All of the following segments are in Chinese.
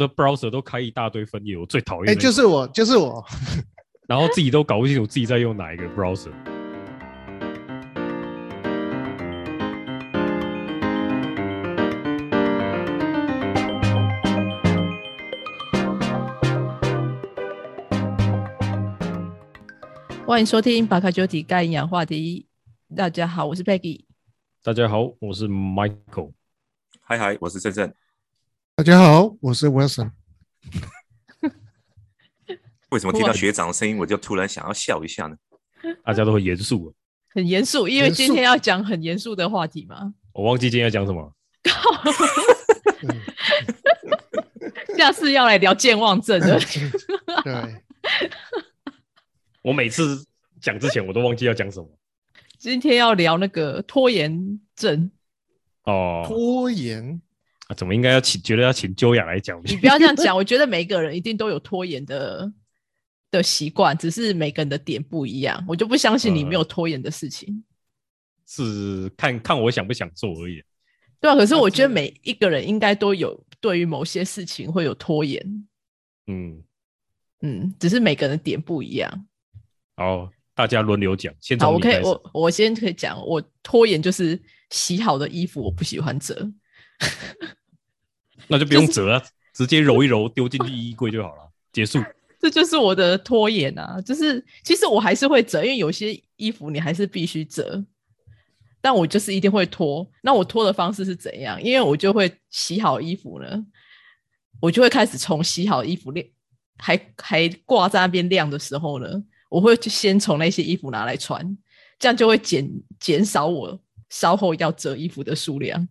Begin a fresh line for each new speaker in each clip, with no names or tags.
的 browser 都开一大堆分页，我最讨厌
哎、
那个。
就是我，就是我。
然后自己都搞不清楚自己在用哪一个 browser。
欢迎收听《巴卡九体钙营养话题》。大家好，我是 Peggy。
大家好，我是 Michael。
嗨嗨，我是正正。
大家好，我是 Wilson。
为什么听
哇
到学长的声音，我就突然想要笑一下呢？
大家都很严肃啊了，
很严肃，因为
严肃
今天要讲很严肃的话题嘛，
我忘记今天要讲什么。
嗯
下次要来聊健忘症 的。
对，
我每次讲之前，我都忘记要讲什么。
今天要聊那个拖延症，
哦，
拖延，
啊、怎么应该要请？觉得要请秋雅来讲？
你不要这样讲。我觉得每个人一定都有拖延的的习惯，只是每个人的点不一样。我就不相信你没有拖延的事情。
是看看我想不想做而已。
对啊，可是
了
我觉得
解
每一个人应该都有对于某些事情会有拖延，
嗯，
嗯，只是每个人的点不一样。
好，大家轮流讲。先
好，
从
我
你
可
开
以，
始。
我我先可以讲，我拖延就是洗好的衣服我不喜欢折，
那就不用折啊，直接揉一揉，丢进去衣柜就好了。结束。
这就是我的拖延啊。就是其实我还是会折，因为有些衣服你还是必须折，但我就是一定会拖。那我拖的方式是怎样？因为我就会洗好衣服呢，我就会开始从洗好衣服晾，还还挂在那边晾的时候呢，我会去先从那些衣服拿来穿，这样就会减减少我稍后要折衣服的数量。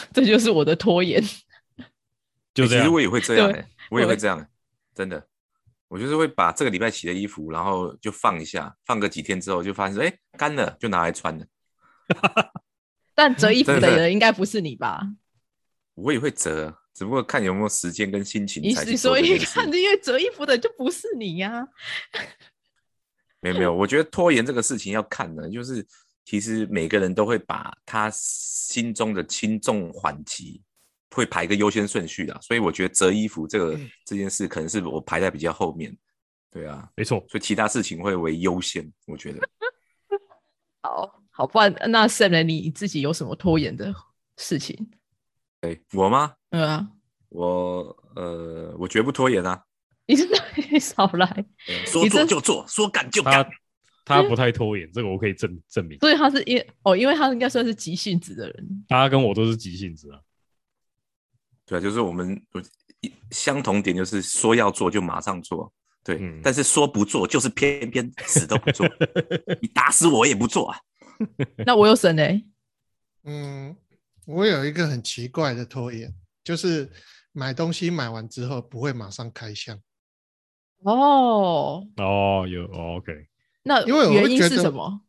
这就是我的拖延。
就这
欸其实
样
我也会这样、
对
欸，我也
我
会这样，真的。我就是会把这个礼拜洗的衣服，然后就放一下，放个几天之后就发现，哎、干了，就拿来穿了。
但折衣服
真
的
的
人应该不是你吧？
我也会折，啊只不过看有没有时间跟心情
你
才
你
去
所
做这
以
件事
看，。因为折衣服的就不是你呀、
没有没有，我觉得拖延这个事情要看的，就是其实每个人都会把他心中的轻重缓急会排个优先顺序啦，所以我觉得折衣服这个这件事可能是我排在比较后面。对啊，
没错，
所以其他事情会为优先，我觉得。
好好，不然那 Sam 呢你自己有什么拖延的事情？
对我吗？
嗯啊，
我呃，我绝不拖延啊，
你是你少来，
对啊说
你
做
这
就做，说干就干
他。他不太拖延，这个我可以证证明。
所以他是因哦，因为他应该算是急性子的人，
大家跟我都是急性子啊。
对啊，就是我们我一相同点就是说要做就马上做，对，
嗯
但是说不做就是偏偏死都不做，你打死我也不做啊。
那我有神呢？
嗯，我有一个很奇怪的拖延，就是买东西买完之后不会马上开箱，
哦，
哦，有哦，OK，
那
因为我
原
会
因
觉
是
得
什么？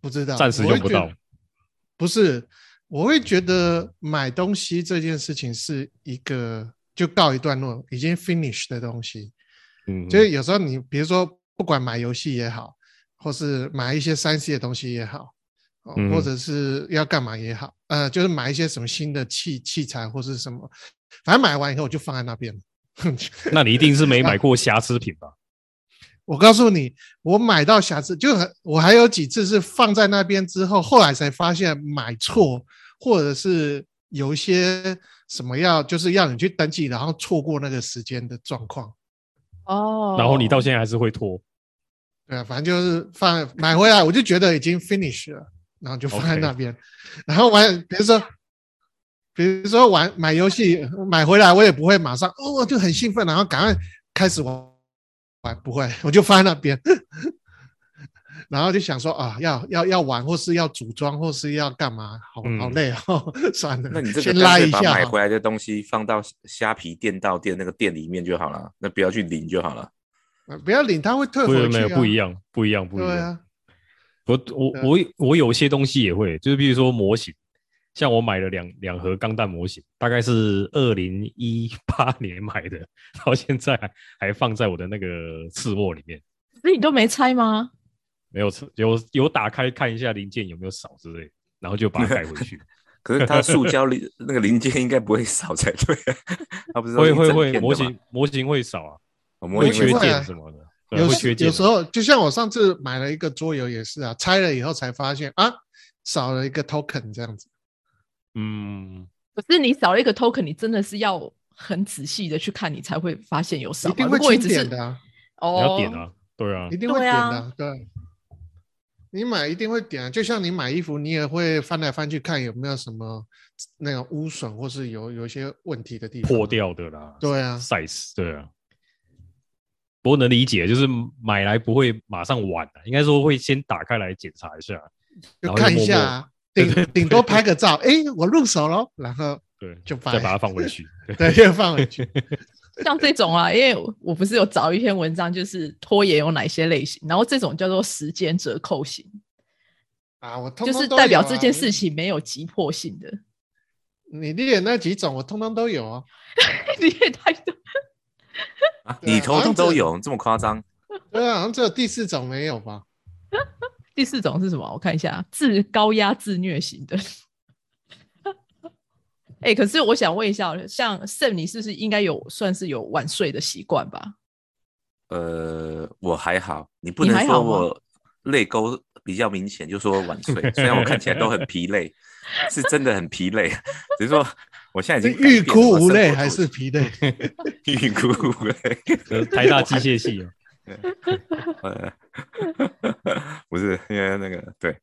不知道
暂时
我会
用不
觉得
到
不是，我会觉得买东西这件事情是一个就告一段落，已经 finish 的东西。
嗯，
就是有时候你比如说不管买游戏也好，或是买一些三 C 的东西也好，哦
嗯
或者是要干嘛也好，呃，就是买一些什么新的器器材或是什么，反正买完以后我就放在那边。
那你一定是没买过瑕疵品吧？
我告诉你，我买到瑕疵，就很我还有几次是放在那边之后，后来才发现买错，或者是有一些什么要就是要你去登记，然后错过那个时间的状况。
哦，
然后你到现在还是会拖，
对啊，反正就是放买回来，我就觉得已经 finish 了，然后就放在
OK
那边。然后玩，比如说，比如说玩买游戏，买回来我也不会马上哦，就很兴奋，然后赶快开始玩，玩不会，我就放在那边。 然后就想说啊，要要要玩，或是要组装，或是要干嘛，好
嗯
好累哦， 算了，
那你这个
先
干
拉
脆
一
把
下
买
好
回来的东西放到虾皮店到店那个店里面就好了，那不要去领就好了。
了，不要领，他会退
不
回
是
去、
没有
啊，
不一，样，不一样，不一
对
样。
啊，
我我
对啊
我我有些东西也会，就是比如说模型，像我买了两两盒钢弹模型，大概是二零一八年买的，到现在还还放在我的那个次卧里面，
所以你都没拆吗？
没有有有打开看一下零件有没有少之类的，然后就把它带回去。
可是它塑胶零那个零件应该不会少才对、啊，它不是都
会
一
会
整片
会
的
模
吗
型模型会少啊，
哦模
会
型
缺
会
少
件什么的，对
啊有
会
时
缺件
有
啊。
时候就像我上次买了一个桌游也是啊，拆了以后才发现啊，少了一个 token 这样子。
嗯，
可是你少了一个 token，你真的是要很仔细的去看，你才会发现有少
一
嘛。
定
如
会
果你
清
只是
点的啊，
你
哦，
要点啊，对啊
一，定会
对
点的
啊
啊，对。你买一定会点啊，就像你买衣服，你也会翻来翻去看有没有什么那种污损，或是有有一些问题的地方
破。掉的啦，
对啊，
size，对啊。不过能理解，就是买来不会马上玩、啊，应该说会先打开来检查一下，然
就
后就
看一
默默
下啊，顶顶多拍个照，诶，我入手了，然后
对，
就
再
掰
把它放回去。对
对，又放回 去。
像这种啊，因为我我不是有找一篇文章，就是拖延有哪些类型，然后这种叫做时间折扣型，
啊，我通
就
通
是
都
代表
有啊
这件事。情没有急迫性的。
你列那几种，我通通都有啊。
你也太多，
对
啊
啊
你头
好像
上都
只
有这么夸张？
对啊，好像只有第四种没有吧？
第四种是什么？我看一下，自高压自虐型的。 哎、可是我想问一下，像 Sam，你是不是应该有算是有晚睡的习惯吧？
呃，我还好，你不
你
能
还
说
好吗
我泪沟比较明显，就说 晚睡。虽然我看起来都很疲累，是真的很疲累，只是说我现在已
是
经改变
欲
了
哭
我
无
生
泪
活
还
作
是
息
疲 累？
欲哭无泪？
呃台大机械系啊，
呃，不是因为那个对，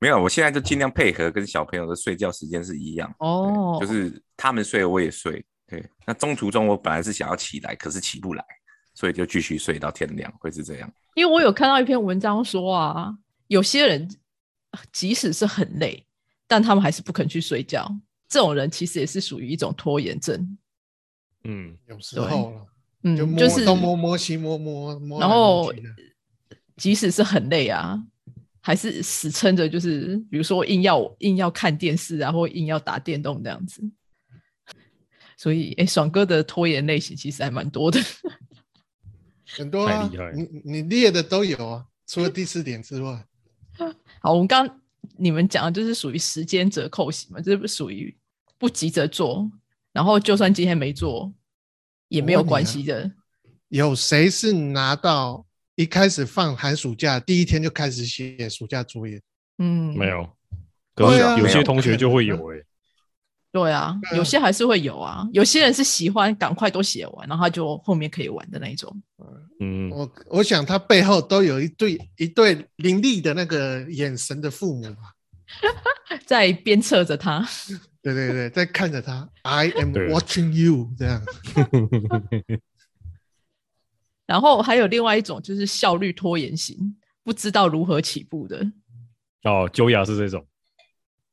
没有，我现在就尽量配合跟小朋友的睡觉时间是一样，对
哦，
就是他们睡我也睡，对。那中途中我本来是想要起来，可是起不来，所以就继续睡到天亮，会是这样。
因为我有看到一篇文章说啊，有些人即使是很累，但他们还是不肯去睡觉。这种人其实也是属于一种拖延症，
嗯，
有时候了，
嗯，
就
就
摸
是
东摸摸西摸摸摸来
然后
摸去的，
即使是很累啊，还是死撑着，就是比如说硬要硬要看电视啊，或硬要打电动这样子。所以，哎，爽哥的拖延类型其实还蛮多的。
很多啊
太厉害了
你你列的都有啊，除了第四点之外，
好，我们刚你们讲的就是属于时间折扣型嘛，就是属于不急着做，然后就算今天没做也没有关系的。
有谁是拿到一开始放寒暑假第一天就开始写暑假作业？
嗯，
没，有。可是
对啊
有些
没有
同学就会有哎、
对啊，
对啊
有些还是会有啊，有些人是喜欢赶快都写完，然后他就后面可以玩的那一种。
嗯，
我我想他背后都有一对一对凌厉的那个眼神的父母吧。
在鞭策着他。
对对对，在看着他，I am
对
watching you 这样。
然后还有另外一种就是效率拖延型，不知道如何起步的，
哦，九雅是这种，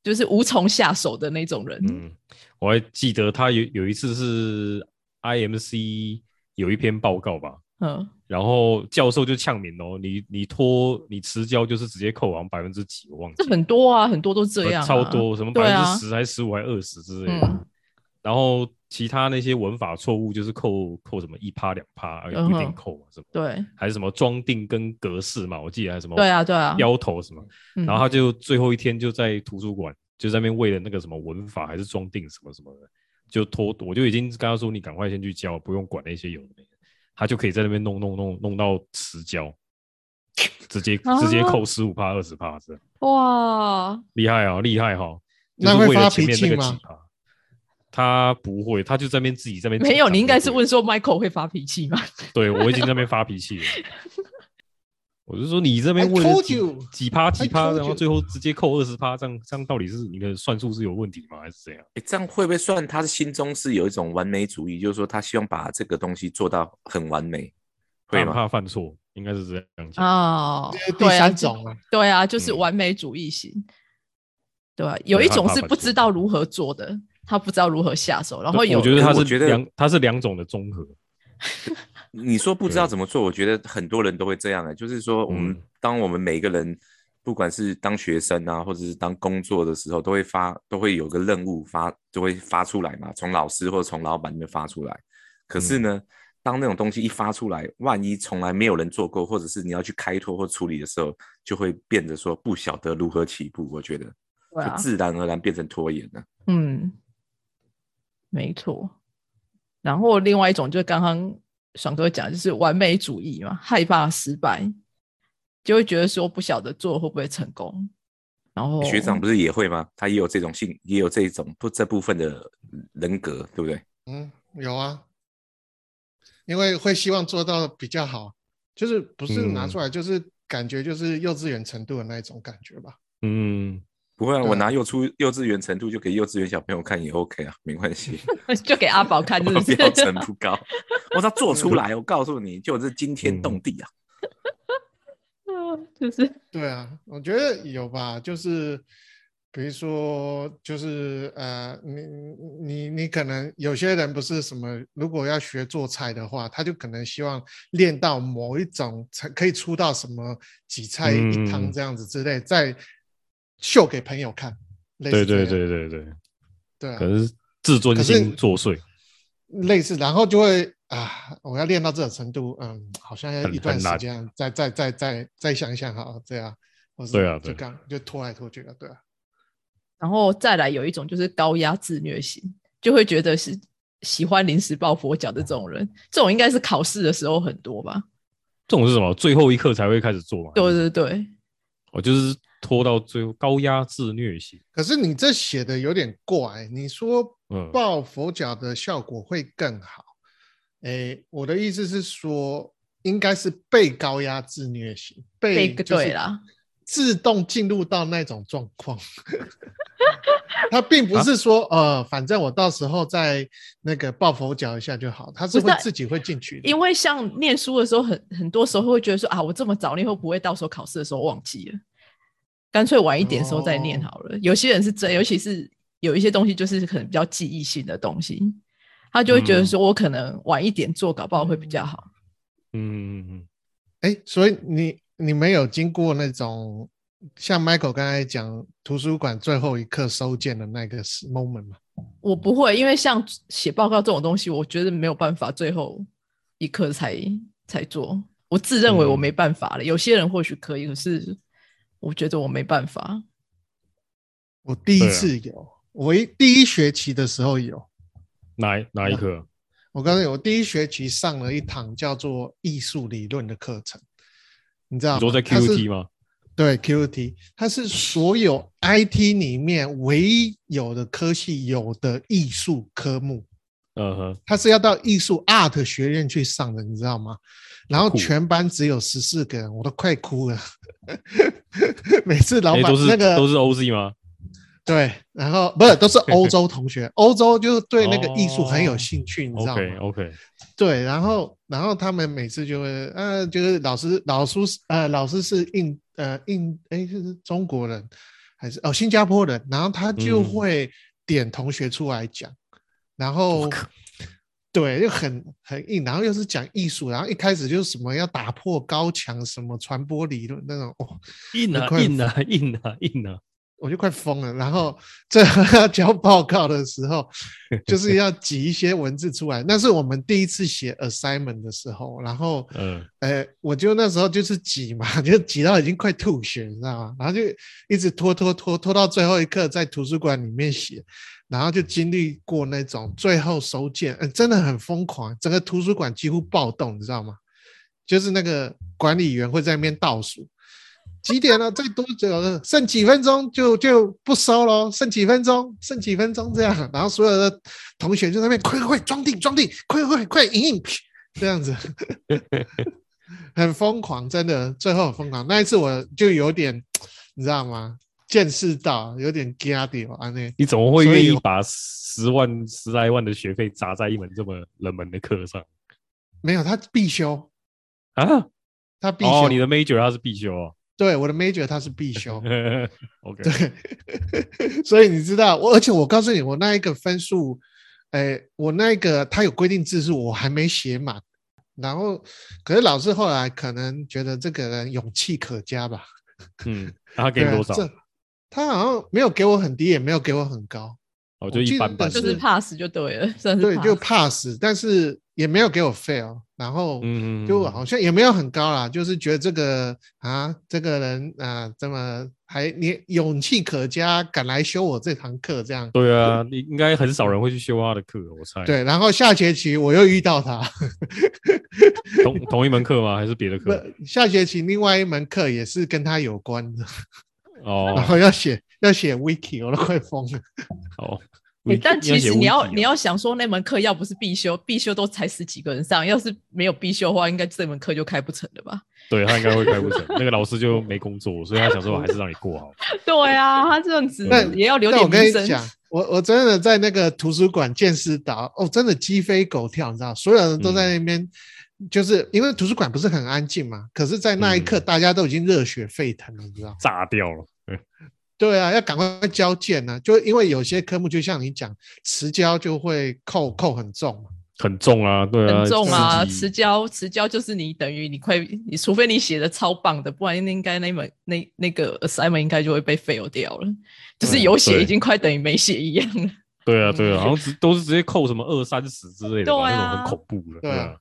就是无从下手的那种人。
嗯，我还记得他有有一次是 IMC 有一篇报告吧，
嗯，
然后教授就呛民哦，你你拖你迟交就是直接扣完百分之几，我忘记
这很多啊，很多都这
呃
样啊、
超多什么
对
百
啊
分之十还十五还二十之类的。
嗯
然后其他那些文法错误就是扣扣什么一趴两趴，而不一定
嗯哼
扣嘛，啊什么
对
还是什么装订跟格式嘛，我记得还有什么
对啊，对啊。
标头什么，
嗯
哦然后他就最后一天就在图书馆就在那边为了那个什么文法还是装订什么什么的，就拖，我就已经跟他说你赶快先去交，不用管那些有的没的，他就可以在那边弄弄弄弄到迟交，直接
哦
直接扣十五趴二十趴这样
哇，
厉害啊，厉害哈、就
那
是
会
为了
发
前
脾
面那个
气吗
几趴，他不会，他就在那边自己在那边
没有，你应该是
问。
问说 Michael 会发脾气吗？
对我已经在那边发脾气了。我就说你这边
I
问
told
几
you.
几趴
I
几趴，
told
然后
you.
最后直接扣二十趴，这样这样到底是你的算术是有问题吗，还是怎样？
诶这样会不会算他是心中是有一种完美主义，就是说他希望把这个东西做到很完美，
他
会
很
吗？
怕犯错，应该是这样讲。
哦
这是，第
对啊，
三
就
种啊，
对啊，就是
嗯
完美主义型。对啊，有
对
一
他
种
怕
是
犯
不
错
知道如何做的，他不知道如何下手，然后有
我觉得
可
他
是我
是
觉得
两，他是两种的综合。
你说不知道怎么做，我觉得很多人都会这样的、啊就是说我们、
嗯
当我们每一个人，不管是当学生啊，或者是当工作的时候，都会发都会有个任务发，就会发出来嘛，从老师或者从老板那边发出来。可是呢，
嗯
当那种东西一发出来，万一从来没有人做过，或者是你要去开拓或处理的时候，就会变得说不晓得如何起步。我觉得
对啊
就自然而然变成拖延了。
嗯，没错。然后另外一种就是刚刚爽哥讲，就是完美主义嘛，害怕失败，就会觉得说不晓得做会不会成功。然后
学长不是也会吗？他也有这种性，也有这种不这部分的人格，对不对？
嗯，有啊，因为会希望做到比较好，就是不是拿
嗯
出来，就是感觉就是幼稚园程度的那一种感觉吧。
嗯，
不会啊，
对啊
我拿幼出幼稚园程度就给幼稚园小朋友看也 OK 啊，没关 系，
就给阿宝看，
我
是不是？
标准不高， 我只要做出来，我告诉你，就是惊天动地啊！
嗯 就是
对啊，我觉得有吧，就是比如说，就是呃，你你你可能有些人不是什么，如果要学做菜的话，他就可能希望练到某一种才可以出到什么几菜一汤
嗯
这样子之类，再秀给朋友看。类
对
似这
对
样
对对对，
对啊，
可能是自尊
可是
心作祟，
类似，然后就会啊，我要练到这种程度，嗯，好像要
很
一段
很
时
难
间，再再再再再想一想好了，对啊，我是
对啊
就
对
刚就拖来拖去的，对啊，
然后再来有一种就是高压自虐型，就会觉得是喜欢临时抱佛脚的这种人，这种应该是考试的时候很多吧？
这种是什么？最后一刻才会开始做嘛？
对，对对，
我就是拖到最后，高压自虐型。
可是你这写的有点怪，你说
嗯
抱佛脚的效果会更好，诶，我的意思是说，应该是被高压自虐型，被
被
就是
对啦，
自动进入到那种状 况。他并不是说、呃，反正我到时候再那个抱佛脚一下就好，他是
不
会
是啊
自己会进去的。
因为像念书的时候很，很多时候会觉得说啊，我这么早念会不会到时候考试的时候忘记了？干脆晚一点的时候再念好了。有些人是真，尤其是有一些东西就是可能比较记忆性的东西，他就会觉得说我可能晚一点做，搞不好会比较好。
嗯嗯嗯，
哎，所以你你们有经过那种像 Michael 刚才讲图书馆最后一刻收件的那个时 moment 吗？
我不会，因为像写报告这种东西，我觉得没有办法最后一刻才才做。我自认为我
嗯
没办法了，有些人或许可以，可是我觉得我没办法。
我第一
对啊
次有，我一第一学期的时候有。
哪一哪一刻？啊
我告诉你，我第一学期上了一堂叫做艺术理论的课程，你知道
你说在
它啊是
QT 吗？
对 QT，它是所有 IT 里面唯一有的科系有的艺术科目，
嗯哼，
它是要到艺术 Art 学院去上的，你知道吗？然后
酷
全班只有十四个人，我都快哭了。 每次老
哎，
板、
都是
那个
都是 OZ 吗？
对，然后不是都是欧洲同学，欧洲就是对那个艺术很有
哦
兴趣，你知道吗
OK OK，
对，然后然后他们每次就会，呃，就是老师老师是呃老师是印呃印哎是中国人还是哦新加坡人，然后他就
嗯
会点同学出来讲，然
哦
后对就很很硬，然后又是讲艺术，然后一开始就是什么要打破高墙，什么传播理论那种，哦，
硬
那
啊
快
硬啊硬啊硬啊！
我就快疯了。然后最后要交报告的时候，就是要挤一些文字出来，那是我们第一次写 assignment 的时候，然后。
嗯，
呃，我就那时候就是挤嘛， 就挤到已经快吐血，你知道吗？然后就一直拖拖拖拖到最后一刻，在图书馆里面写，然后就经历过那种最后收件，嗯、真的很疯狂，整个图书馆几乎暴动，你知道吗？就是那个管理员会在那边倒数，几点了？再多久了？剩几分钟就就不收了，剩几分钟，剩几分钟这样，然后所有的同学就在那边快快快装订装订，快快快影印这样子。很疯狂，真的，最后很疯狂。那一次我就有点，你知道吗？见识到有点 g a 掉啊那。
你怎么会愿
所
意
以
把十万十来万的学费砸在一门这么冷门的课上
没有，他必修，
啊？
他必修。
哦，你的 major 它是必修 哦。
对我的 major 他是必修，
OK，
对。所以你知道，我而且我告诉你，我那一个分数，哎，我那个他有规定字数，我还没写满。然后，可是老师后来可能觉得这个人勇气可嘉吧，
嗯，那他给
对
你
啊，
多少？
这他好像没有给我很低，也没有给我很高，
哦，
我
就
记
一般
得
般。
就是是 pass 就对了，算是
对，就
pass
pass，但是也没有给我 fail，然后
嗯，嗯嗯
就好像也没有很高啦，就是觉得这个啊，这个人啊，这么还你勇气可嘉，敢来修我这堂课这样。
对啊，你应该很少人会去修他的课，我猜。，
对，然后下学期我又遇到他，
同同一门课吗？还是别的
不
课？，
下学期另外一门课也是跟他有关的，然
哦
后要写要写 wiki，我都快疯了。
哦，
欸但其实你要你
要
要想说，那门课要不是必修，必修都才十几个人上，要是没有必修的话，应该这门课就开不成了吧？
对他应该会开不成，那个老师就没工作，所以他想说还是让你过好。
对啊，他这样子
但
也要留
但我
点
跟
名
你
声。
讲，我我真的在那个图书馆见识到，哦，真的鸡飞狗跳，你知道，所有人都在那
嗯
边，就是因为图书馆不是很安静嘛，可是，在那一刻
嗯
大家都已经热血沸腾了，你知道。
炸掉了。对
对啊，要赶快交件呢、就因为有些科目就像你讲，迟交就会扣扣很重嘛。
很重啊，对啊，
很重啊，
自己
迟交迟交就是你等于你快，你除非你写的超棒的，不然应该那门那那个 assignment 应该就会被 fail 掉了，就是有写
对
已经快等于没写一样了。
对啊，
嗯
对啊，好像直都是直接扣什么二三十之类的吧，
对啊
那种很恐怖的。
对啊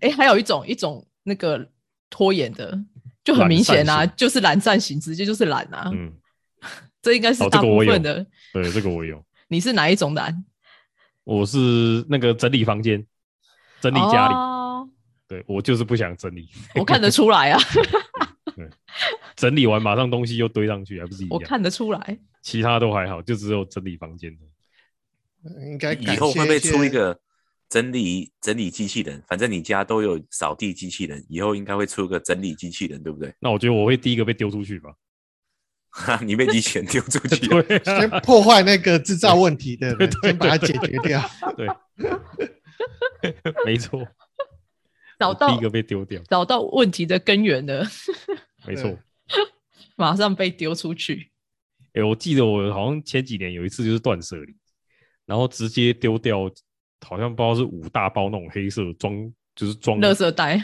哎、还有一种一种那个拖延的，就很明显啊，
懒散
就是懒散型，直接就是懒啊，
嗯，
这应该是
哦这
大
个
部
我有
分的。
对，这个我有，
你是哪一种懒？
我是那个整理房间、整理家里，
哦
对我就是不想整理，
我看得出来啊，
整理完马上东西又堆上去，还不是一
我
样？
看得出来。
其他都还好，就只有整理房间的。
应该感
以后会
谢
不会出
些
一个整理整理机器人？反正你家都有扫地机器人，以后应该会出个整理机器人，对不 对？
那我觉得我会第一个被丢出去 吧？
哈，你被机器人丢出去了，
对 啊
先破坏那个制造问题 的人，先把它解决掉。
对，没错，
找
我
到
第一个被丢掉，
找到问题的根源了，
没错
对。
马上被丢出去。
哎、我记得我好像前几年有一次就是断舍离，然后直接丢掉，好像不知道是五大包那种黑色装，就是装
垃圾袋，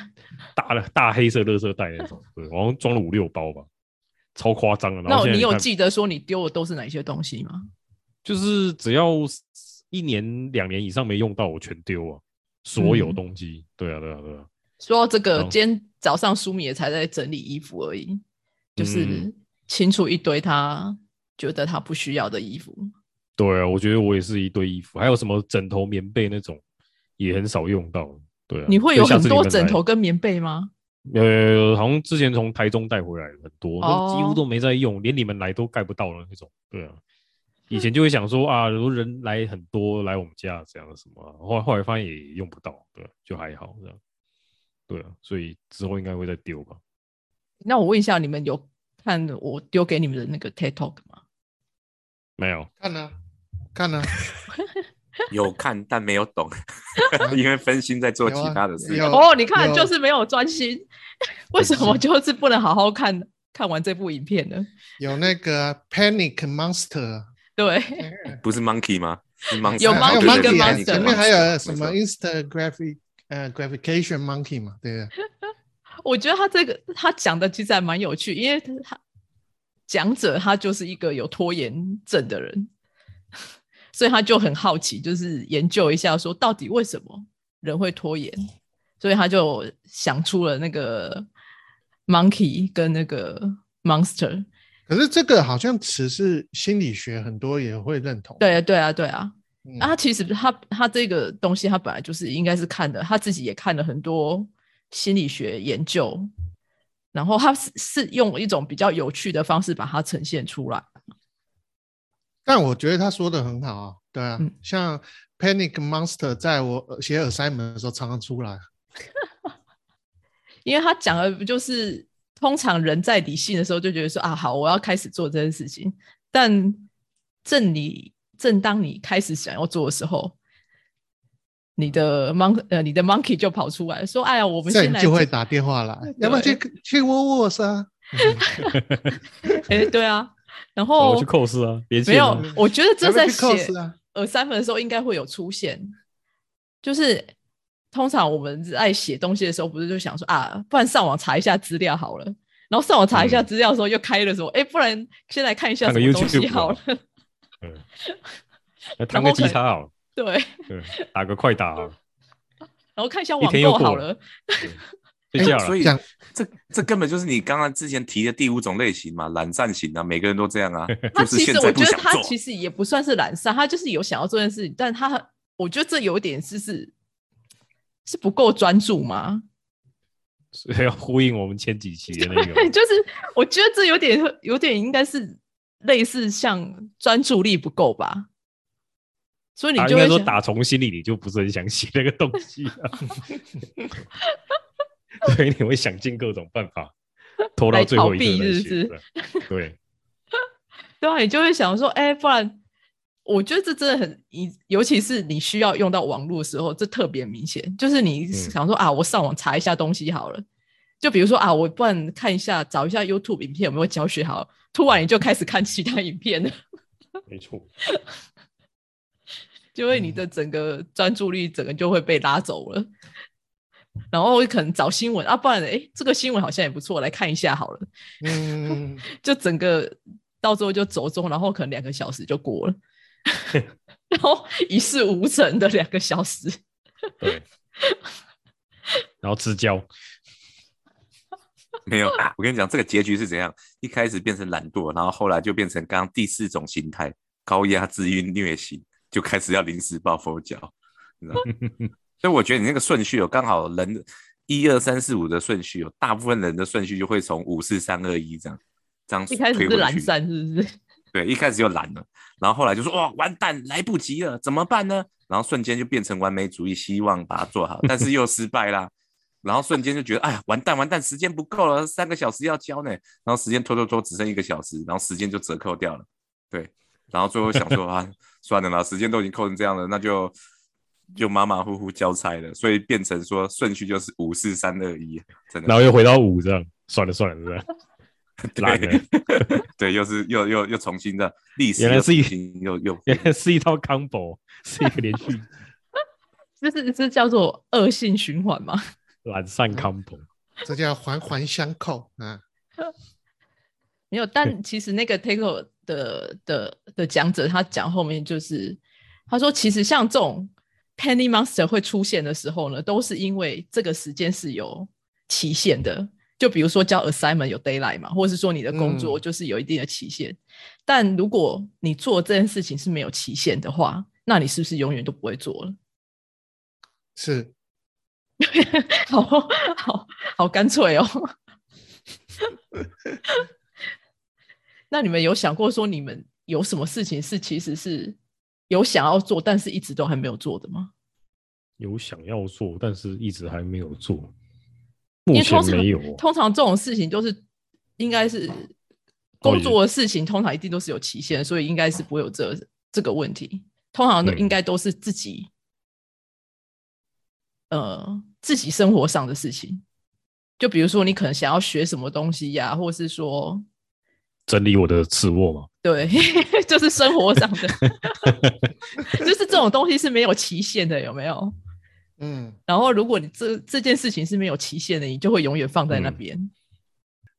大的大黑色垃圾袋那种，对，好像装了五六包吧，超夸张的。然
那
后现在
你有
看
记得说你丢的都是哪些东西吗？
就是只要一年两年以上没用到，我全丢啊，所有
嗯
东西。对啊，对啊，对啊，
说到这个，
哦
今天早上苏米也才在整理衣服而已，就是
嗯
清除一堆他觉得他不需要的衣服。
对啊，我觉得我也是一堆衣服，还有什么枕头、棉被那种，也很少用到。对啊，
你会
所
有
以下
很
次你
多
们
枕
来
头跟棉被吗？
呃，好像之前从台中带回来很多，那几
哦
乎都没在用，连你们来都盖不到了那种。对啊，
嗯
以前就会想说啊，如果人来很多来我们家这样什么啊，后来后来发现也用不到，对啊、就还好这样。对啊，所以之后应该会再丢吧。
那我问一下，你们有看我丢给你们的那个 TED Talk 吗？
没有，
看呢、看啊呢、
有看但没有 懂，因为分心在做其
有啊
他的事。
有
哦，你看，
有
就是没有专心，为什么就是不能好好看看完这部影片呢？
有那个啊 Panic Monster，
对，
不是 monkey 吗？是 monster，
有
还
monkey
有
对对对
跟
monkey，啊
monster
对
前面还有什么
没错
Insta Graphic 呃 Gravitation Monkey 嘛，对啊不对？
我觉得他这个他讲的其实还蛮有趣，因为他讲者他就是一个有拖延症的人，所以他就很好奇，就是研究一下说到底为什么人会拖延，所以他就想出了那个 monkey 跟那个 monster。
可是这个好像词是心理学很多也会认同。
对啊，对啊，对啊。
嗯，
啊，他其实他他这个东西，他本来就是应该是看的，他自己也看了很多心理学研究，然后他是是用一种比较有趣的方式把它呈现出来。
但我觉得他说的很好啊，对啊，
嗯
像 Panic Monster 在我呃写耳塞门的时候常常出来，
因为他讲的不就是通常人在理性的时候就觉得说啊，好，我要开始做这件事情，但正你正当你开始想要做的时候，你的 mon 呃你的 monkey 就跑出来说，哎呀，我们
这
先
样
来
就会
做
打电话来，
对
要不要去去窝窝噻？
哎、对啊，然
我
后
去扣丝啊，连
没
线
有
啊，
我觉得这
要不要
在
去扣
写
死啊？
呃三分的时候应该会有出现，就是通常我们在写东西的时候，不是就想说啊，不然上网查一下资料好了。然后上网查一下
嗯
资料的时候，又开了说，哎、不然先来看一下
看
什
个
么东
YouTube
西
啊
好了。
嗯，来弹个吉他好了，
对，
对，打个快打好了，
然后看一下
一
网
天又
购
过
好
了
了。
睡觉了
所。以
讲
这这根本就是你刚刚之前提的第五种类型嘛，懒散型啊，每个人都这样啊，
他
就是
其
现
实
在
我
不
觉得
想
他
做。
其实也不算是懒散，他就是有想要做这件事情，但他我觉得这有点是是是不够专注吗？
所以要呼应我们前几期的那个
对， 就是我觉得这有点有点应该是类似像专注力不够吧，所以你
啊，
就
应该
会
说
想、
打从心里你就不是很想写那个东西、 啊，所以你会想尽各种办法拖到最后一刻
来逃避
再
是不是
写。对对，
对啊，你就会想说，哎、不然我觉得这真的很，你尤其是你需要用到网络的时候，这特别明显。就是
嗯
你想说、啊，我上网查一下东西好了，就比如说啊，我不然看一下找一下 YouTube 影片有没有教学好了，突然你就开始看其他影片了，
没错。
就会你
嗯
的整个专注力整个就会被拉走了。然后可能找新闻啊，不然哎，这个新闻好像也不错，来看一下好了。
嗯，
就整个到最后就走中，然后可能两个小时就过了， 然后一事无成的两个小时。
对， 然后自交，
没有，啊我跟你讲，这个结局是怎样？一开始变成懒惰，然后后来就变成刚刚第四种形态——高压自愈虐型，就开始要临时抱佛脚，你知道吗？所以我觉得你那个顺序有、哦刚好人一二三四五的顺序有、哦大部分人的顺序就会从五四三二一这样这样
一开始是
推回
懒
去
散，是不是？
对，一开始就懒了，然后后来就说哇，完蛋，来不及了，怎么办呢？然后瞬间就变成完美主义，希望把它做好，但是又失败啦。然后瞬间就觉得，哎呀，完蛋完蛋，时间不够了，三个小时要交呢。然后时间拖拖拖，只剩一个小时，然后时间就折扣掉了。对，然后最后 想说啊，算了啦，时间都已经扣成这样了，那就就马马虎虎交差了。所以变成说顺序就是五四三二一，真的
然后又回到五这样，算了算了， 这样懒了。
对 对，又是又又又重新的历史又
原来
重
是一
新，又又
原来 是一套 combo，是一个连续
就是这叫做恶性循环嘛？
懒散 combo。
这叫环环相扣啊。
没有，但其实那个 t a k e 的的的讲者他讲后面就是他说，其实像这种 Penny Monster 会出现的时候呢，都是因为这个时间是有期限的。就比如说交 assignment 有 d a y l i g h t 嘛，或者是说你的工作就是有一定的期限。但如果你做这件事情是没有期限的话，那你是不是永远都不会做了？
是，
好好好干脆哦。 那你们有想过说你们有什么事情是其实是有想要做，但是一直都还没有做的吗？
有想要做，但是一直还没有做，
因
目
为通
前
常
没有哦。
通常这种事情就是应该是工作的事情，通常一定都是有期限，所以应该是不会有这这个问题。通常都
嗯
应该都是自己、呃自己生活上的事情，就比如说你可能想要学什么东西呀、或是说
整理我的次卧嘛，
对， 就是生活上的， 就是这种东西是没有期限的，有没有？
嗯，
然后如果你这这件事情是没有期限的，你就会永远放在那
嗯
边。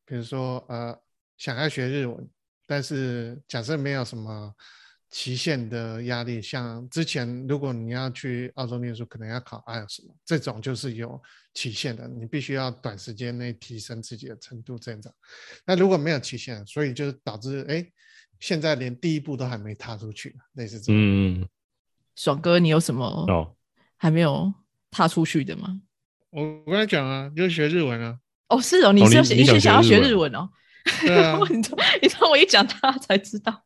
比如说呃，想要学日文，但是假设没有什么期限的压力，像之前如果你要去澳洲念书，可能要考 IELTS 嘛，这种就是有期限的，你必须要短时间内提升自己的程度增长。那如果没有期限，所以就导致哎，现在连第一步都还没踏出去，类似这种。
嗯，
爽哥，你有什么
哦，
还没有踏出去的吗？
我我刚才讲啊，就是学日文啊，
哦，是哦，你
哦
是
你
有写
你想
是想要
学
学
日文
日文哦？。
对啊
你知道你知道我一讲他才知道，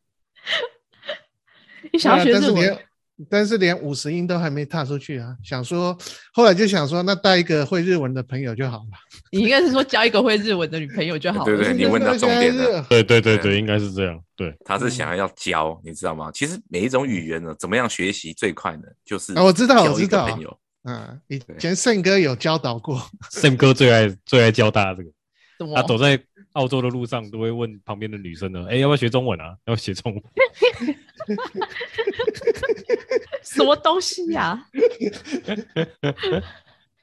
你
对
想
啊
要学
但是
日文，
连但是连五十音都还没踏出去啊！想说，后来就想说，那带一个会日文的朋友就好了。
你应该是说交一个会日文的女朋友就好了。
对对
是不
你
是
问到重点了
对对对
对
对，应该是这样。对，
他是
嗯
想要教，你知道吗？其实每一种语言呢，怎么样学习最快呢？就是
啊我知道
交
我
一
知
个
道
朋友，
嗯，以前胜哥有教导过，
Sam 哥最爱最爱教大家这个，
怎么
他走在澳洲的路上都会问旁边的女生呢，哎，要不要学中文啊？要不要学中文？
什么东西呀、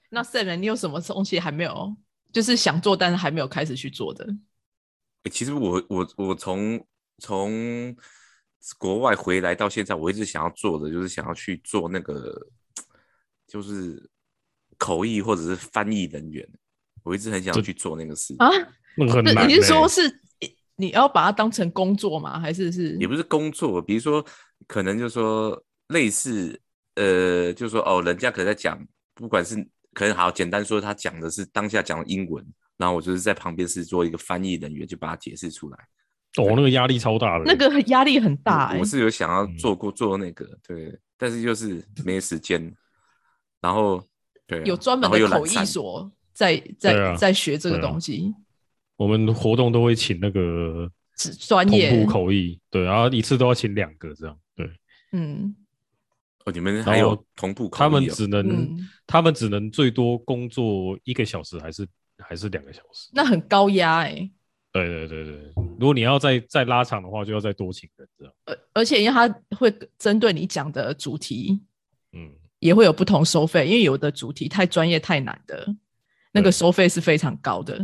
那 Sam，呢你有什么东西还没有，就是想做但是还没有开始去做的？
欸其实我我我从从国外回来到现在，我一直想要做的就是想要去做那个，就是口译或者是翻译人员。我一直很想去做那个事，
啊？
那个很
那
难、欸。
你是说是你要把它当成工作吗？还是是
也不是工作，比如说可能就说类似呃，就说哦，人家可能在讲，不管是可能好简单说，他讲的是当下讲的英文，然后我就是在旁边是做一个翻译人员，就把它解释出来。
哦，那个压力超大的。
那个很压力很大、欸？
我我是有想要
嗯
做过做那个，对，但是就是没时间，然后对啊、
欸有专门
然后又
的
懒
口译
散
所在
对
在、
啊
在学这个
对啊
东西，
我们活动都会请那个
只专
同
业
步口译，对，然后一次都要请两个这样，对
嗯
哦，你们还有
然后
同步口译哦、
他们只能、
嗯，
他们只能最多工作一个小时还是还是两个小时。
那很高压哎、
对对对对，如果你要再再拉长的话，就要再多请人这样。
而而且因为它会针对你讲的主题
嗯，
也会有不同收费，因为有的主题太专业太难的，那个
对
收费是非常高的。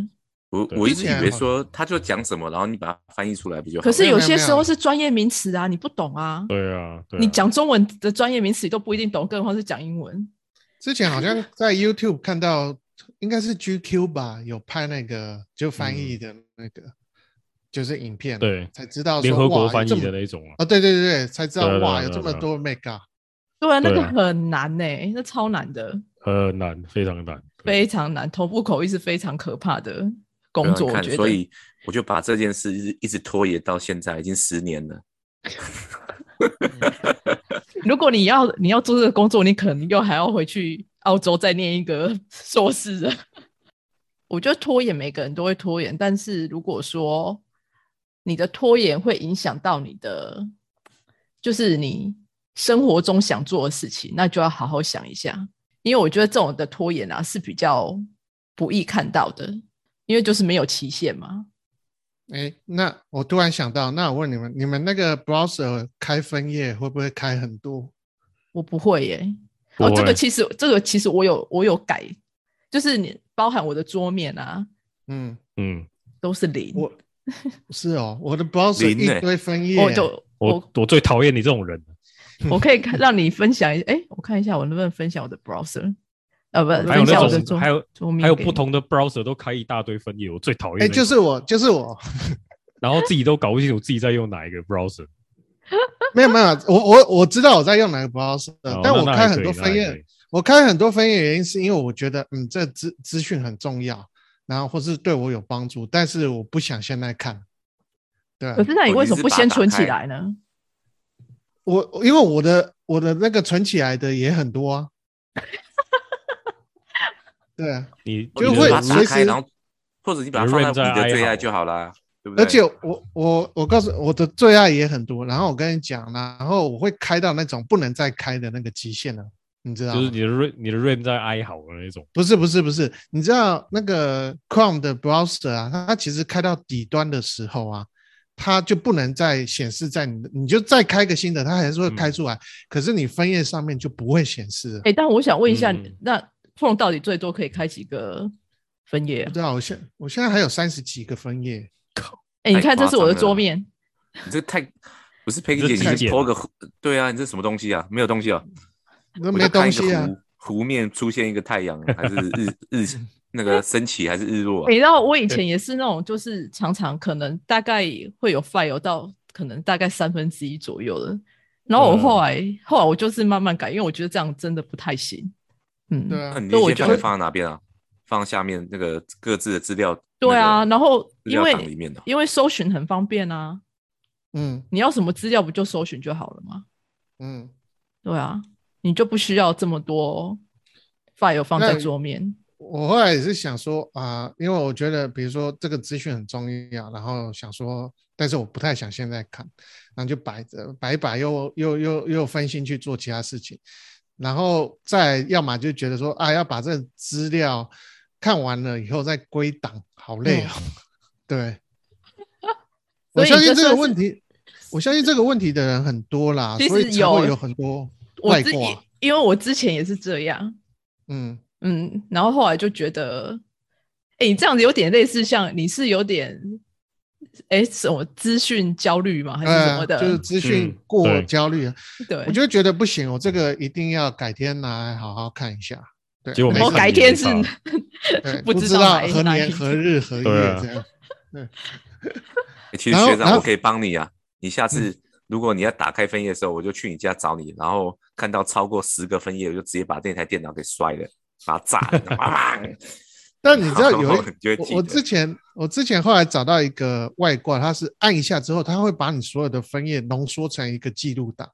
我
对
我一直
听起来
以为
好
说他就讲什么，然后你把它翻译出来不就好了？
可是
没有
有
没有
些
没有
时候是专业名词啊，你不懂啊，
对啊，对啊
你讲中文的专业名词你都不一定懂，更何况是讲英文。
之前好像在 YouTube 看到，应该是 GQ 吧，有拍那个就翻译的那个，就是影片，，
对
才知道说
联合国
哇
翻译
有这
的
么
那一种啊，
啊，对对对对，才知道
对啊对啊
哇，
对
有
啊
这么多 make up，
对啊，那
对
个
啊
很难呢、那超难的，
很难，非常难。对
非常难。头部口译是非常可怕的
对啊
工作，
你
我
看
觉得。
所以我就把这件事一直一直拖延到现在，已经十年了。
如果你要你要做这个工作，你可能又还要回去澳洲再念一个 硕士的。我觉得拖延每个人都会拖延，但是如果说你的拖延会影响到你的，就是你生活中想做的事情，那就要好好想一下，因为我觉得这种的拖延啊是比较不易看到的，因为就是没有期限嘛。
哎，那我突然想到，那我问你们，你们那个 browser 开分页会不会开很多？
我不会耶。
不
哦，这
会
个其实这个其实我有我有改，就是你包含我的桌面啊
嗯，
嗯，
都是零，
我是哦，我的 browser
零欸
一堆分页，哎
我哦就
我
我
我最讨厌你这种人了。
我可以看让你分享一，哎，我看一下我能不能分享我的 browser，呃，不，
还有
分享我的
那种，
桌
还有
桌面
还有
给
不
你，
同的 browser 都开一大堆分页，我最讨厌那
哎，
种。
就是我，就是我，
然后自己都搞不清楚自己在用哪一个 browser。
没有没有，我我我知道我在用哪个 browser，
哦
但
那
我
那
开
还
很
可以
多
那
分
还
页
可，以
我开很多分页原因是因为我觉得，嗯，这资资讯很重要，然后或是对我有帮助，但是我不想现在看。对啊
可，是那你
哦
为
你
什么
是
不
把
先
它打
存起
开
来呢？
我我因为我的我的那个存起来的也很多 啊。对啊，
你
就
你
会
的
啊
把它打
随
开，
时
然后或者你把它
你
放
RAM
在你
在
的最
i
爱
好啊
就好啦，对不对？
而且我我我告诉我的最爱也很多，然后我跟你讲，然后我会开到那种不能再开的那个极限了，你知道
就是
吗？
你的 RAM 你的 RAM 在 i 好的那种。
不是不是不是，你知道那个 Chrome 的 browser 啊，它它其实开到底端的时候啊，它就不能再显示在你的，你就再开个新的，它还是会
嗯
开出来，可是你分页上面就不会显示了。
哎，但我想问一下
嗯，
那 Chrome 到底最多可以开几个分页
不
啊？
知道，我现我现在还有三十几个分页，
哎，你
太
看这
夸
是我的
张
桌
了
面，
你这太不是佩
这
奇姐，
太
你是
简
剖
了
个对啊，你这什么东西啊？没有东西啊，
那
我
没
就看
东
一个
西啊。
湖湖面出现一个太阳，还是日日那个升起还是日落啊
你？知道我以前也是那种，就是常常可能大概会有 file 到可能大概三分之一左右的。然后我
嗯
后来、后来我就是慢慢改，因为我觉得这样真的不太行。嗯，
对
那
啊，
你
所以我
那些
就
放在
会
放在哪边啊？放下面那个各自的资料。
对啊，
那个
然后
资
因
料档里
为
面的。
因为搜寻很方便啊，
嗯
你要什么资料不就搜寻就好了嘛？
嗯，
对啊，你就不需要这么多 file 放在桌面。
我后来也是想说啊、因为我觉得比如说这个资讯很重要，然后想说，但是我不太想现在看，然后就摆着摆一摆又，又又又分心去做其他事情，然后再要么就觉得说啊，要把这个资料看完了以后再归档，好累哦。 对，我
嗯所以
相信
你就
这个
算是
问 题，我相信这个问题的人很多啦，
其
所以
实
才
有
会有很多
我
外
自己
挂。
因为我之前也是这样，
嗯，
嗯，然后后来就觉得，哎，你这样子有点类似像你是有点，哎，什么资讯焦虑吗？还是什么的？
呃、就是资讯
嗯
过
对
焦虑啊。
对，
我就觉得不行，我这个一定要改天拿来好好看一下。对，
结果
没
没
我
看
改
也
天
没
是
差
对
不
不
知
知
道
道
哪一
何
哪
年
一
何日何月
对啊
这 样。
欸其实
然后
学
然
长，
后嗯
我可以帮你啊。你下次如果你要打开分页的时候，我就去你家找你，然后看到超过十个分页，我就直接把那台电脑给摔了，把它炸 了，砰！
但你知道有一
你就会记
我我
得
之前我之前后来找到一个外挂，它是按一下之后，它会把你所有的分页浓缩成一个记录档。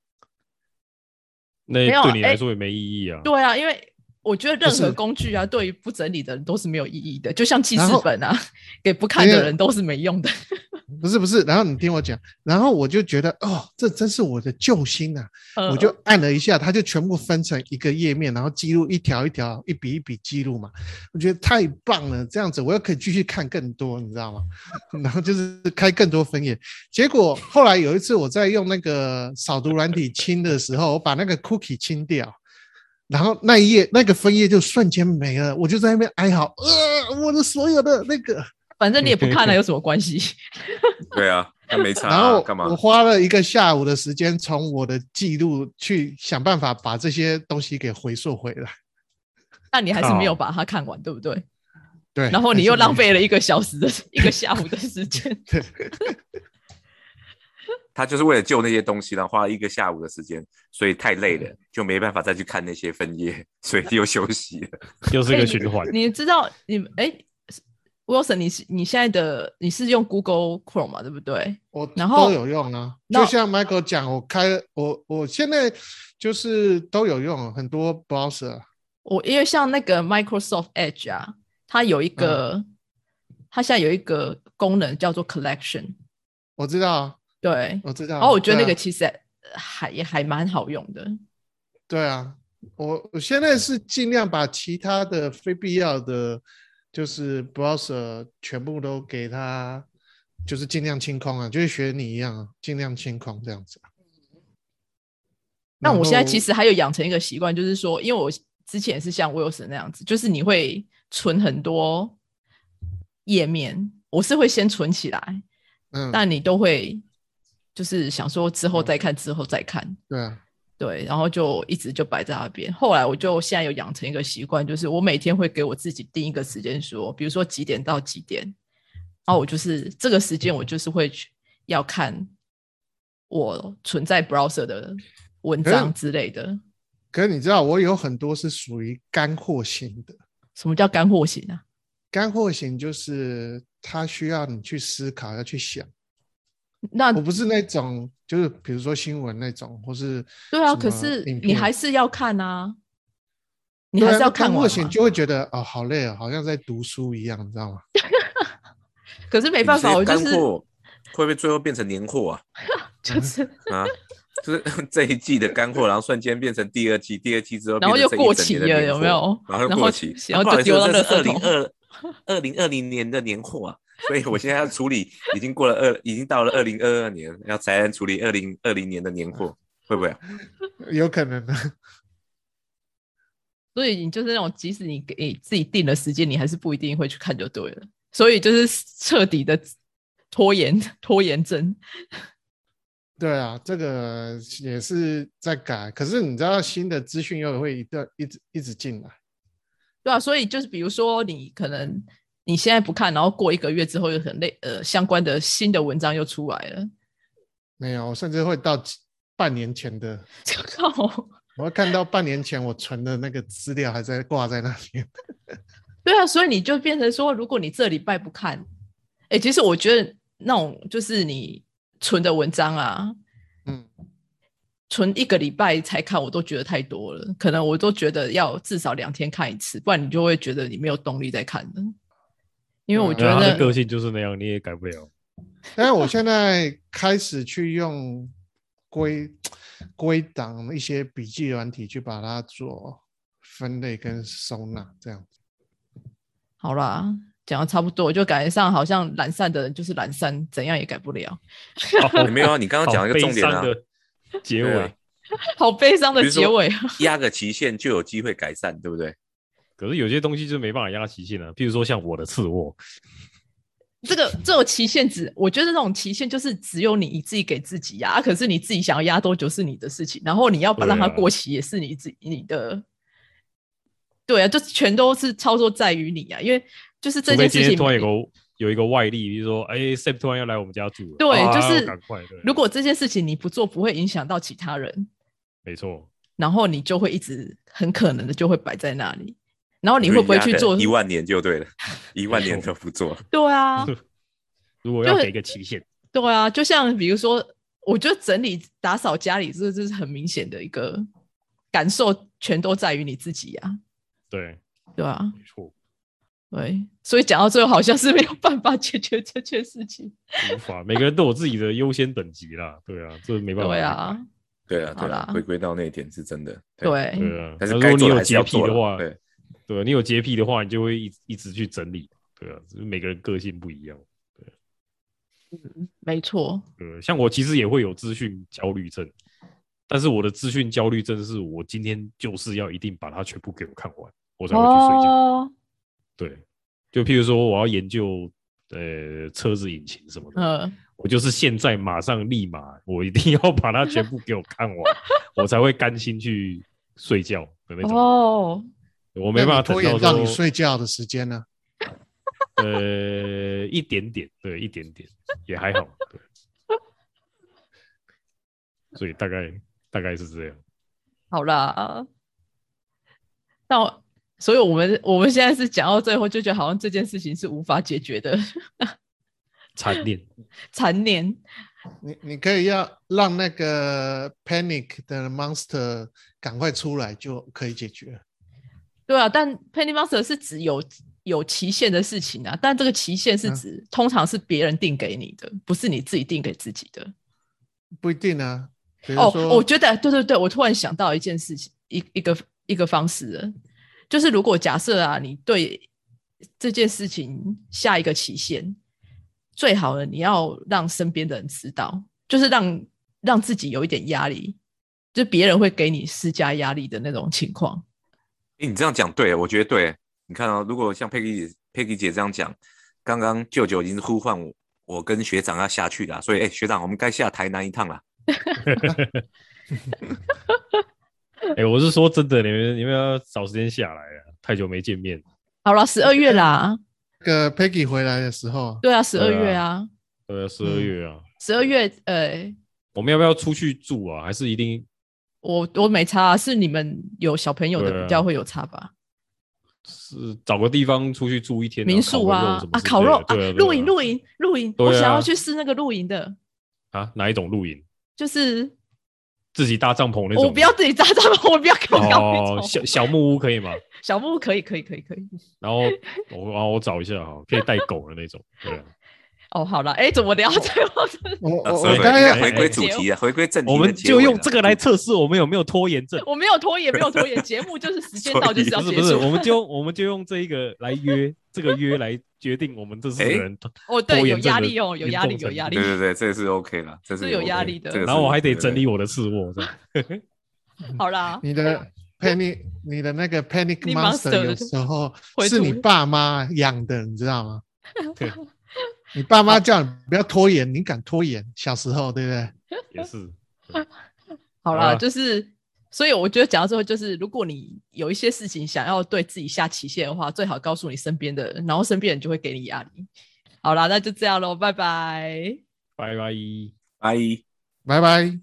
那
没有
对你
哎
来说也没意义啊。
对啊，因为我觉得任
不
何
是
工具啊，对于不整理的人都是没有意义的，就像记事
然后
本啊，给不看
因
的
为
人都是没用的。
不是不是，然后你听我讲，然后我就觉得哦，这真是我的救星啊！
呃
我就按了一下，它就全部分成一个页面，然后记录一条一条、一笔一笔记录嘛。我觉得太棒了，这样子我又可以继续看更多，你知道吗？ 然后就是开更多分页。结果后来有一次我在用那个扫毒软体清的时候，我把那个 cookie 清掉。然后那一页那个分页就瞬间没了，我就在那边哀嚎，呃，我的所有的那个，
反正你也不 看了，有什么关系？
对啊，那没差、
然后
啊，干嘛
我？花了一个下午的时间，从我的记录去想办法把这些东西给回溯回来。
那你还是没有
靠
把它看完，对不对？
对，
然后你又浪
但是
费了一个小时的 一个下午的时间。
他就是为了救那些东西，然后花了一个下午的时间，所以太累
嗯
了，就没办法再去看那些分页，所以又休息了。
又是一
哎
个
你
循环。
你知道你哎、w i l s o n 你是你现在的你是用 Google Chrome 嘛，对不对？
我
然后
都有用啊。
那
就像 Michael 讲，我开了我我现在就是都有用，很多 browser
我因为像那个 Microsoft Edge 啊，它有一个，
嗯
它现在有一个功能叫做 Collection，
我知道啊，
对。
我知道啊。
哦然后我觉得那
对
个
啊嗯
其实呃还也还蛮好用的，
对啊，我我现在是尽量把其他的非必要的，就是 browser 全部都给它，就是尽量清空啊，就是学你一样啊，尽量清空这样子啊。
那我现在其
实。
实还有养成一个习惯，就是说，因为我之前也是像 Wilson 那样子，就是你会存很多页面，我是会先存起来，
嗯，
但你都会就是想说之后再看，之后再看，
对啊，
对，然后就一直就摆在那边。后来我就现在有养成一个习惯，就是我每天会给我自己定一个时间说，比如说几点到几点，然后我就是这个时间我就是会去要看我存在 browser 的文
可是
章之类的。
可是你知道，我有很多是属于干货型的。
什么叫干货型啊？
干货型就是它需要你去思考，要去想。
那
我不是那种，就是比如说新闻那种，或是
对啊，
什
可
么
是
影
你
片
还是要看啊，你
对
还
啊
是要
那
看
干
完
货
嘛
型，就会觉得哦，好累哦，好像在读书一样，你知道吗？
可是没
没
办法，我就是
干货会不会最后变成年货啊？
就是，
啊，就是 这一季的干货，然后瞬间变成第二季，第二季之后
然后
变
又
成
过
这一
期
整年的
了，
年
有
货
没有？
然后又过期，啊
然
不
后就
好意思
丢到垃
这是二
圾
零
桶。
二二零二零年的年货啊，所以我现在要处理，已经过了二，已经到了二零二二年，要才能处理二零二零年的年货，会不会啊？
有可能啊的。
所以你就是那种，即使你给你自己定了时间，你还是不一定会去看就对了。所以就是彻底的拖延， 拖延症。
对啊，这个也是在改。可是你知道，新的资讯又会一段一直一直进来。
对啊，所以就是比如说，你可能你现在不看，然后过一个月之后，又很累，呃，相关的新的文章又出来了，
没有，我甚至会到几半年前的，
就靠。
我会看到半年前我存的那个资料还在挂在那边。
对啊，所以你就变成说，如果你这礼拜不看，哎、其实我觉得那种就是你存的文章啊，
嗯，
存一个礼拜才看，我都觉得太多了。可能我都觉得要至少两天看一次，不然你就会觉得你没有动力再看了。因为我觉
对啊他的
得
个性就是那样，你也改不 了。
但是我现在开始去用归归档一些笔记软体去把它做分类跟收纳，这样。
好啦，讲的差不多，就感觉上好像懒散的人就是懒散，怎样也改不了。
好
没有啊，你刚刚讲一个重点
好悲
啊
伤，的结
对
尾
啊。
好悲伤的
比如说
结尾啊！
压个期限就有机会改善，对不对？
可是有些东西就没办法压期限了，譬如说像我的次卧，
这个这种期限只，我觉得这种期限就是只有你自己给自己压、啊可是你自己想要压多久是你的事情，然后你要把
对啊
让它过期也是你自己你的。对啊，就全都是操作在于你啊，因为就是这
除
件
非
事
今天
情
突然有个有一个外力，比如说，哎，Sep 突然要来我们家住了，
对
啊
就是
赶快，对
如果这件事情你不做，不会影响到其他人，
没错，
然后你就会一直很可能的就会摆在那里，然后哦你会不会去做？
一万年就对了，一万 年
没
都
错
不做。
对啊，
如果要
就
给一个期限，
对啊，就像比如说，我觉得整理打扫家里，这这是很明显的一个感受，全都在于你自己呀、
对，
啊，对啊，
没错，
对，所以讲到最后，好像是没有办法解决这件事情。
无法，每个人都有自己的优先等级啦，对啊，这没办法，
对啊，
对啊，对
好
啊
啦，
回归到那一点是真的。，
对，
对啊，
嗯
但
但是
如
该
果你
做的
有
还是
洁
要
癖
做
的
啦
话，
对，
对，啊你有洁癖的话，你就会一一直去整理，对啊，就是每个人个性不一样，
没错，
对，啊像我其实也会有资讯焦虑症，但是我的资讯焦虑症是我今天就是要一定把它全部给我看完，我才会去睡觉。
哦，
对，就譬如说我要研究呃车子引擎什么的，
嗯，
我就是现在马上立马，我一定要把它全部给我看完，我才会甘心去睡觉的那种。
哦，
我没办法
那
等
你拖
到
延到你
说
睡觉的时间呢？
呃，一点点，对，一点点也还好，对。所以大概大概是这样，
好啦，那我所以我们我们现在是讲到最后，就觉得好像这件事情是无法解决的
惨烈。
残念。
你你可以要让那个 panic 的 monster 赶快出来就可以解决。
对啊，但 Penny Monster 是指有有期限的事情啊，但这个期限是
嗯
指、通常是别人定给你的，不是你自己定给自己的。
不一定啊，比如
哦，
说，
我觉得对对对，我突然想到一件事情，一一个一个方式了，就是如果假设啊，你对这件事情下一个期限，最好的你要让身边的人知道，就是让让自己有一点压力，就别人会给你施加压力的那种情况。
诶你这样讲对，我觉得对。你看啊，如果像佩奇姐、佩奇姐这样讲，刚刚舅舅已经呼唤我，我跟学长要下去了，所以哎、诶学长，我们该下台南一趟了。
哎、我是说真的，你们你们要找时间下来啊，太久没见面。
好了，十二月啦，
那个 Peggy 回来的时候，
对啊，十二
对啊
月啊，
呃，十二月啊，
十二月，呃，
我们要不要出去住啊？还是一定
我我没差、啊，是你们有小朋友的
对啊
比较会有差吧？
是找个地方出去住一天？
民宿啊啊，
然后
烤
烤个
肉
肉
啊
什么之类的对啊，对啊
露营露营露营，
对啊
我想要去试那个露营的，
啊，哪一种露营？
就是
自己搭帐篷那种？
我不要自己扎帐篷，我不要给我搞那
哦，
种
小小木屋可以吗？
小木屋，可以可以可以可以。
然后我啊，我找一下哈，可以带狗的那种。对啊，
哦，好了，哎，怎么聊最后这个？
我
哦
我
啊
我
所以
刚刚
应该
要
回归主题啊，回归正题。
我们就用这个来，测试我们有没有拖延症。
我没有拖延，没有拖延，节目就是时间到
所
就
以
是 要
不是
结
不是，
束。
我们就我们就用这一个来约， 这个约来决定我们这四个
诶
人。
哦，
拖
对，有
延症
压
的
力哦，有压力，
严重
有压力
对。对对，这个是 OK 了，这是
是有
OK
压力的
这个是
然后我还得整理
对
我的次卧，这样
好啦，
你的 panic，你的那个 panic
你 monster
monster 有时 候
会
是你
吐
爸妈养的，你知道吗？
对
你爸妈叫你不要拖延，你敢拖延？小时候对不对？
也是。
好
好
啦，
啦
就是。所以我觉得讲到最后，就是如果你有一些事情想要对自己下期限的话，最好告诉你身边的人，然后身边人就会给你压力。好啦，那就这样喽，拜拜。
拜拜。
阿姨。
拜拜。